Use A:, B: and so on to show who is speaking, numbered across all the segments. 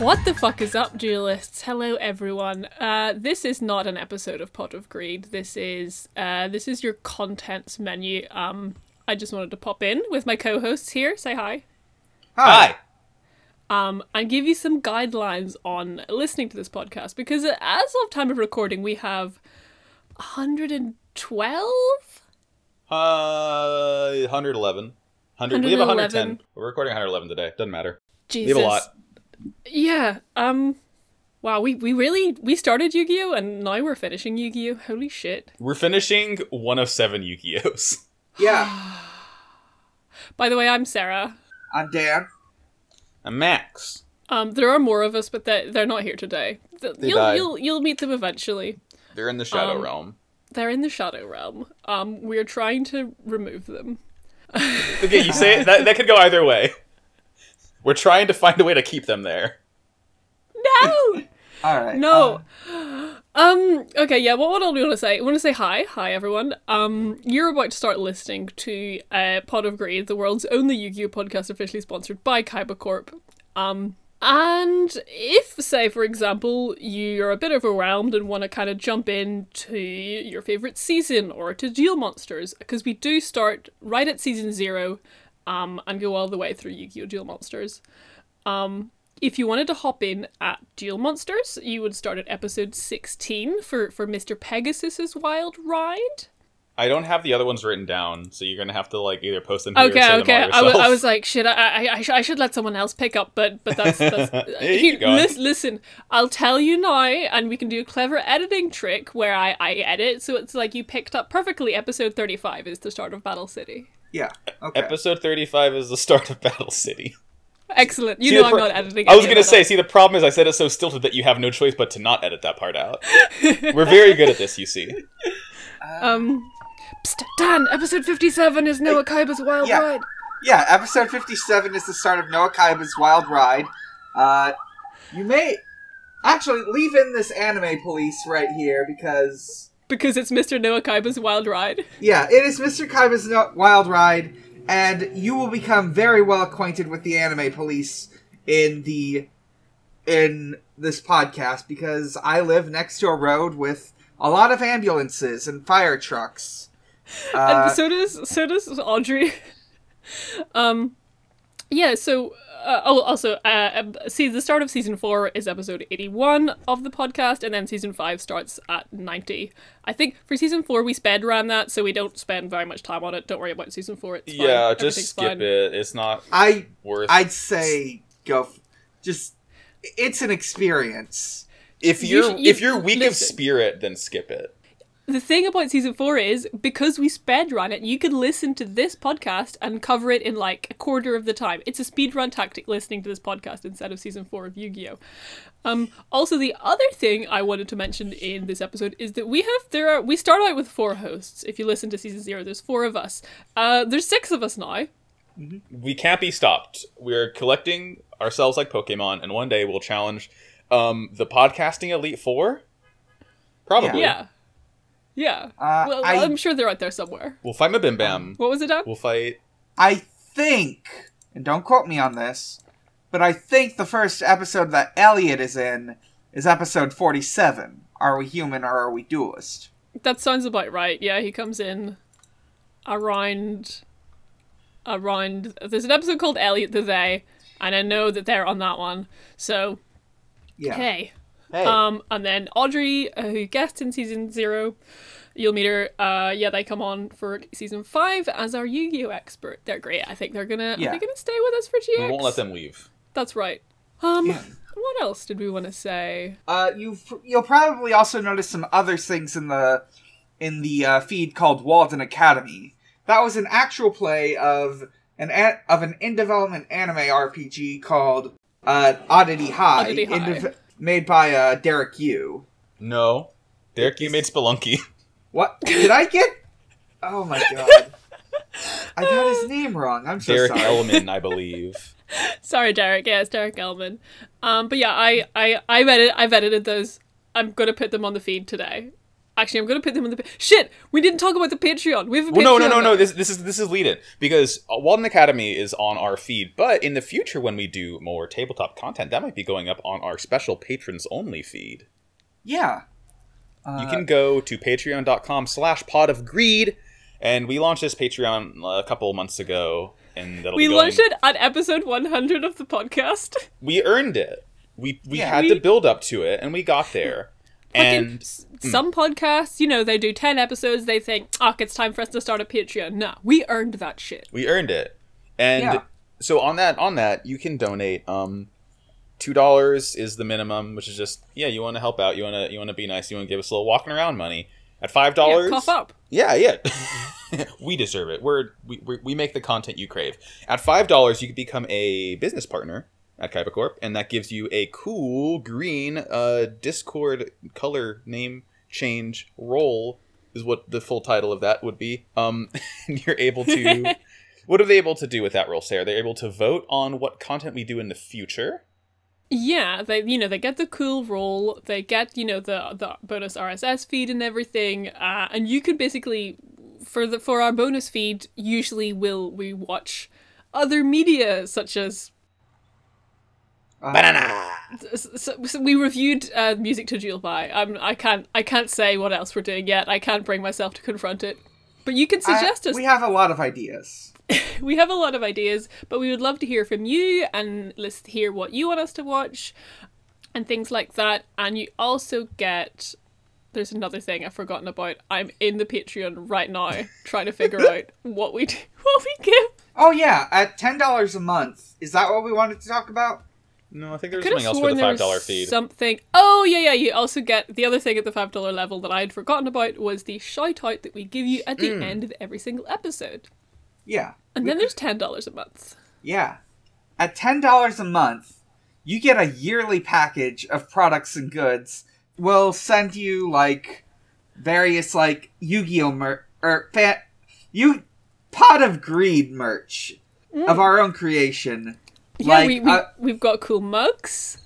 A: What the fuck is up, duelists? Hello, everyone. Uh, this is not an episode of Pot of Greed. This is uh, this is your contents menu. Um, I just wanted to pop in with my co-hosts here. Say hi.
B: Hi.
A: Um, and give you some guidelines on listening to this podcast because as of time of recording, we have 112
B: Uh, 111. 100, we have 110.
A: 111.
B: We're recording 111 today. Doesn't matter.
A: Jesus.
B: We have a lot.
A: Yeah. Um. Wow. We we really we started Yu Gi Oh and now we're finishing Yu Gi Oh. Holy shit.
B: We're finishing one of seven Yu-Gi-Ohs.
C: Yeah,
A: By the way, I'm Sarah.
C: I'm Dan.
B: And Max.
A: Um. There are more of us, but they they're not here today. Th-
B: They
A: you'll
B: died.
A: you'll you'll meet them eventually.
B: They're in the Shadow
A: Um,
B: Realm.
A: They're in the shadow realm. Um. We're trying to remove them.
B: Okay, you say it. That, that could go either way. We're trying to find a way to keep them there.
A: No.
C: All right. uh-huh.
A: No. Um. Okay. Yeah. What? What do you want to say? I want to say hi. Hi, everyone. Um. You're about to start listening to uh, Pod of Greed, the world's only Yu-Gi-Oh podcast, officially sponsored by Kaiba Corp. Um. And if, say, for example, you're a bit overwhelmed and want to kind of jump into your favorite season or to Duel Monsters, because we do start right at season zero, um, and go all the way through Yu-Gi-Oh! Duel Monsters if you wanted to hop in at Duel Monsters, you would start at episode 16 for, for Mr. Pegasus's wild ride.
B: I don't have the other ones written down, so you're gonna have to like either post them here or
A: Okay,
B: say
A: okay.
B: them all
A: I wa-
B: yourself.
A: I was like, should I, I, I, sh- I should let someone else pick up, but but that's, that's uh,
B: Yeah, you keep going.
A: lis- listen. I'll tell you now, and we can do a clever editing trick where I, I edit so it's like you picked up perfectly. Episode thirty five is the start of Battle City.
C: Yeah. Okay.
B: Episode 35 is the start of Battle City.
A: Excellent. You
B: See,
A: know
B: the
A: I'm
B: pro-
A: not editing.
B: I was
A: any
B: gonna
A: of that
B: say, see, the problem is I said it so stilted that you have no choice but to not edit that part out. We're very good at this, you see.
A: Um, psst, Dan, episode fifty seven is Noah Kaiba's wild
C: Yeah.
A: ride.
C: yeah, episode 57 is the start of Noah Kaiba's Wild Ride. Uh, you may actually leave in this anime police right here because
A: Because it's Mr. Noah Kaiba's wild ride.
C: yeah, it is Mr. Kaiba's No- Wild Ride, and you will become very well acquainted with the anime police in the in this podcast because I live next to a road with a lot of ambulances and fire trucks. Uh,
A: and so does so does Audrey. um, yeah. So uh, oh, also, uh, um, see, the start of season four is episode eighty-one of the podcast, and then season five starts at ninety. I think for season four we sped around that, so we don't spend very much time on it. Don't worry about season four. It's fine.
B: Yeah, just
A: Everything's
B: skip
A: fine.
B: it. It's not
C: I
B: worth.
C: I'd say go. F- just it's an experience.
B: if
A: you
B: you're
A: should- you-
B: if you're weak of
A: listen.
B: spirit, then skip it.
A: The thing about season four is because we sped run it, you could listen to this podcast and cover it in like a quarter of the time. It's a speed run tactic listening to this podcast instead of season four of Yu Gi Oh. Um, also, the other thing I wanted to mention in this episode is that we have there are we start out with four hosts. If you listen to season zero, there's four of us. Uh, there's six of us now.
B: We can't be stopped. We're collecting ourselves like Pokemon, and one day we'll challenge um, the podcasting elite four. Probably.
A: Yeah, yeah.
C: Uh,
A: well,
C: I-
A: I'm sure they're out there somewhere.
B: We'll fight Mabim Bam.
A: What was it? Dan?
B: We'll fight.
C: I think, and don't quote me on this, but I think the first episode that Elliot is in is episode forty-seven. Are we human or are we duelist?
A: That sounds about right. Yeah, he comes in around around there's an episode called Elliot the They, and I know that they're on that one. So
C: Yeah.
A: hey.
B: Hey.
A: Um and then Audrey, uh, who guest in season zero, you'll meet her. Uh yeah, they come on for season five as our Yu-Gi-Oh expert. They're great. I think they're gonna are
C: Yeah.
A: they gonna stay with us for
B: we
A: GX?
B: won't let them leave.
A: That's right. Um
C: Yeah.
A: what else did we wanna say?
C: Uh, you you'll probably also notice some other things in the in the uh, feed called Walden Academy. That was an actual play of an a- of an in development anime RPG called uh, Oddity High,
A: Oddity
C: in
A: High.
C: deve- made by uh, Derek Yu.
B: No. Derek, you made Spelunky.
C: What did I get? Oh my god! I got his name wrong. I'm so
B: Derek
C: sorry.
B: Elman, I believe.
A: Sorry, Derek. Yeah, it's Derek Elman. Um, but yeah, I I I've edited I've edited those. I'm gonna put them on the feed today. Actually, I'm going to put them in the. pa- Shit! We didn't talk about the Patreon. We have a
B: Well, no, no,
A: Patreon
B: no,
A: now.
B: no. This this is this is lead in because uh, Walden Academy is on our feed, but in the future when we do more tabletop content, that might be going up on our special patrons only feed.
C: Yeah. Uh,
B: you
A: Uh,
B: can go to patreon.com slash pod of greed and we launched this patreon uh, a couple months ago and that'll
A: We
B: be going-
A: launched it at episode 100 of the podcast.
B: we earned it we we
C: Yeah.
B: had
A: We-
B: to build up to it and we got there
A: Fucking
B: and hmm.
A: s some podcasts, you know, they do 10 episodes, they think, oh, it's time for us to start a Patreon. Nah, we earned that shit.
B: we earned it and
C: Yeah.
B: so on that on that you can donate um two dollars is the minimum which is just yeah you want to help out you want to you want to be nice you want to give us a little walking around money at five
A: Yeah,
B: dollars
A: cough up.
B: Yeah, yeah. we deserve it. We're we, we we make the content you crave. At five dollars, you could become a business partner at Kaiba Corp, and that gives you a cool green uh, Discord color name change role. Is what the full title of that would be. Um, and you're able to. what are they able to do with that role, Sarah? They're able to vote on what content we do in the future.
A: Yeah, they you know they get the cool role, they get you know the the bonus RSS feed and everything, uh, and you can basically for the for our bonus feed usually will we watch other media such as
C: Uh,
B: Banana.
A: s- s- so we reviewed uh, music to Jewel by. I'm I can't I can't say what else we're doing yet. I can't bring myself to confront it. But you can
C: I-
A: suggest us
C: We have a lot of ideas.
A: we have a lot of ideas, but we would love to hear from you and let's hear what you want us to watch and things like that. And you also get there's another thing I've forgotten about. I'm in the Patreon right now trying to figure out what we do, what we give.
C: Oh yeah, at ten dollars a month. Is that what we wanted to talk about?
B: No, I think there's
A: Could have
B: something else for
A: sworn
B: the
A: there
B: five
A: was
B: dollar feed.
A: Something. Oh yeah, yeah. You also get the other thing at the five dollar level that I had forgotten about was the shout out that we give you at the
B: Mm.
A: end of every single episode.
C: Yeah.
A: And then there's ten dollars a month.
C: Yeah. At $10 a month, you get a yearly package of products and goods. We'll send you like various like Yu-Gi-Oh mer- or fan you pot of greed merch of our own
A: Mm.
C: creation.
A: Yeah,
C: like
A: we, we
C: uh,
A: we've got cool mugs.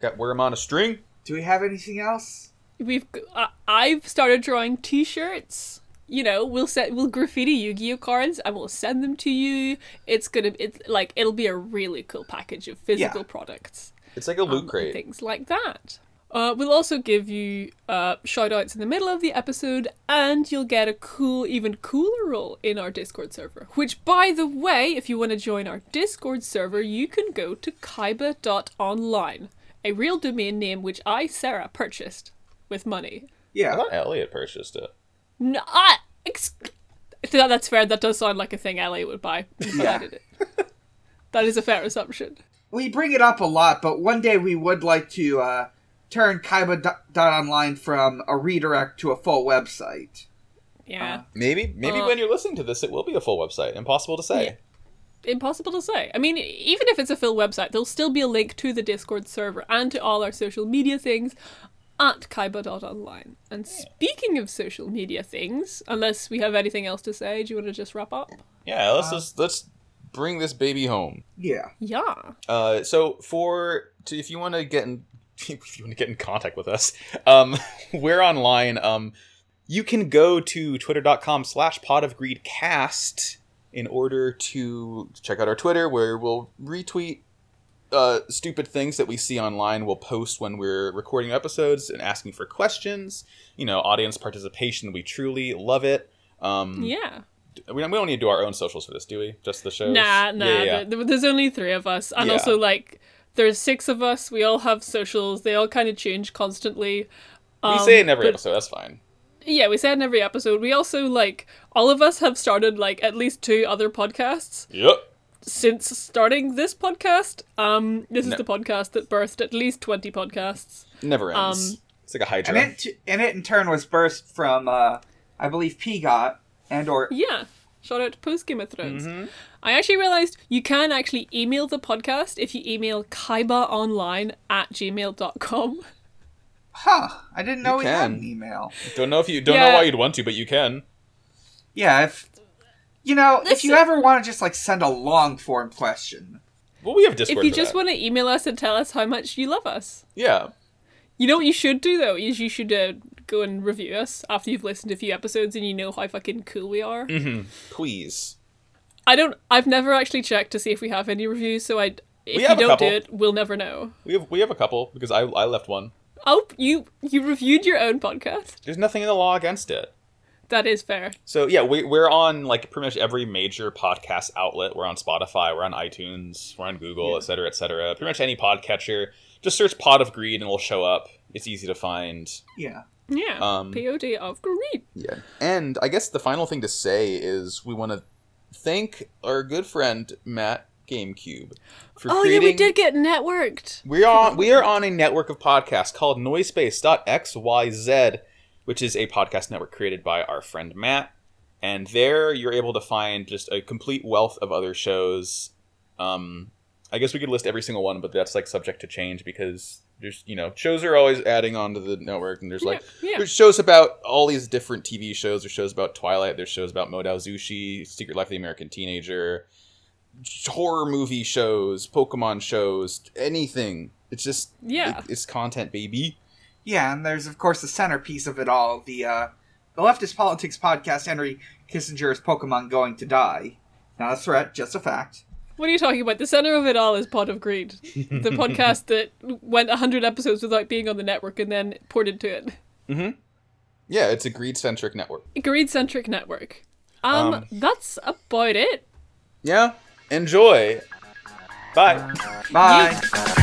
B: Got worm on a string.
C: do we have anything else?
A: We've g- uh, I've started drawing T-shirts. You know, we'll set we'll graffiti Yu-Gi-Oh cards and we'll send them to you. It's gonna it's like it'll be a really cool package of physical products
B: It's like a loot
A: and
B: crate.
A: things like that. Uh, we'll also give you uh, shout outs in the middle of the episode, and you'll get a cool, even cooler role in our Discord server. Which, by the way, if you want to join our Discord server, you can go to kaiba.online, a real domain name which I, Sarah, purchased with money.
B: I
C: Yeah.
B: thought Elliot purchased it.
A: No, I, ex- that, that's fair, that does sound like a thing Ellie would buy, but I
C: Yeah.
A: did it. that is a fair assumption.
C: We bring it up a lot, but one day we would like to uh turn Kaiba dot dot online from a redirect to a full website.
A: Yeah.
B: Maybe, maybe
A: Uh,
B: when you're listening to this, it will be a full website. Impossible to say.
A: Yeah. impossible to say. I mean, even if it's a full website, there'll still be a link to the Discord server and to all our social media things at kaiba.online. And speaking of social media things, unless we have anything else to say, do you want to just wrap up?
B: Yeah, let's
A: Uh,
B: just let's bring this baby home.
C: Yeah.
A: Yeah.
B: Uh, so for to, if you want to get in, if you want to get in contact with us, um, we're online. Um, you can go to twitter.com slash pod of greed cast in order to check out our Twitter, where we'll retweet uh, stupid things that we see online. We'll post when we're recording episodes and asking for questions. You know, audience participation. We truly love it. Um,
A: Yeah.
B: We don't, we don't need to do our own socials for this, do we? Just the shows?
A: Nah, nah.
B: Yeah, yeah, yeah.
A: there- there's only three of us. And
B: Yeah.
A: also, like, there's six of us. We all have socials. They all kind of change constantly.
B: we say it in every
A: but-
B: episode. That's fine.
A: Yeah, we say it in every episode. We also, like, all of us have started, like, at least two other podcasts.
B: Yep.
A: since starting this podcast. Um, this
B: No.
A: is the podcast that birthed at least twenty podcasts.
B: Never ends.
A: Um,
B: it's like a
C: and
B: hydra.
C: it and it in turn was burst from uh, I believe Pigot and or
A: Yeah, shout out to post Game of Thrones.
B: Mm-hmm.
A: I actually realized you can actually email the podcast if you email kaibaonline at gmail.com.
C: huh I didn't know
B: You
C: we had
B: can.
C: an email.
B: don't know if you don't
A: Yeah.
B: know why you'd want to, but you can.
C: Yeah, if you know if you
A: Listen-
C: ever want to just like send a long form question,
B: Well, we have Discord.
A: If you
B: for
A: just
B: that.
A: want to email us and tell us how much you love us.
B: yeah,
A: You know what you should do though is you should uh, go and review us after you've listened to a few episodes and you know how fucking cool we are.
B: Mm-hmm. Please.
A: I don't. I've never actually checked to see if we have any reviews, so I. If you
B: have a
A: don't do
B: couple.
A: it, we'll never know.
B: We have we have a couple because I I left one.
A: Oh, you you reviewed your own podcast.
B: There's nothing in the law against it.
A: That is fair.
B: So yeah, we, we're on like pretty much every major podcast outlet. We're on Spotify, we're on iTunes, we're on Google, et cetera, et cetera. Pretty much any podcatcher. Just search "Pot of Greed" and it'll show up. It's easy to find.
C: Yeah.
A: Yeah.
B: Um,
A: Pod of greed.
B: Yeah, and I guess the final thing to say is we want to thank our good friend Matt GameCube for
A: Oh yeah,
B: creating.
A: we did get networked.
B: We are on, we are on a network of podcasts called Noisepace.xyz, which is a podcast network created by our friend Matt. And there you're able to find just a complete wealth of other shows. Um, I guess we could list every single one, but that's like subject to change because there's you know shows are always adding on to the network, and there's like
A: Yeah, yeah.
B: there's shows about all these different TV shows. There's shows about Twilight. There's shows about Modao Zushi, Secret Life of the American Teenager horror movie shows, Pokemon shows, anything. It's just
A: Yeah.
B: it- it's content, baby.
C: Yeah, and there's of course the centerpiece of it all, the uh the leftist politics podcast Henry Kissinger's Pokemon Going to Die. Not a threat, just a fact.
A: What are you talking about? The center of it all is Pod of Greed, the podcast that went 100 episodes without being on the network and then ported to it.
B: Yeah, it's a greed centric network.
A: Greed centric network. Um,
B: Um,
A: that's about it.
B: Yeah, enjoy. Bye.
C: Bye.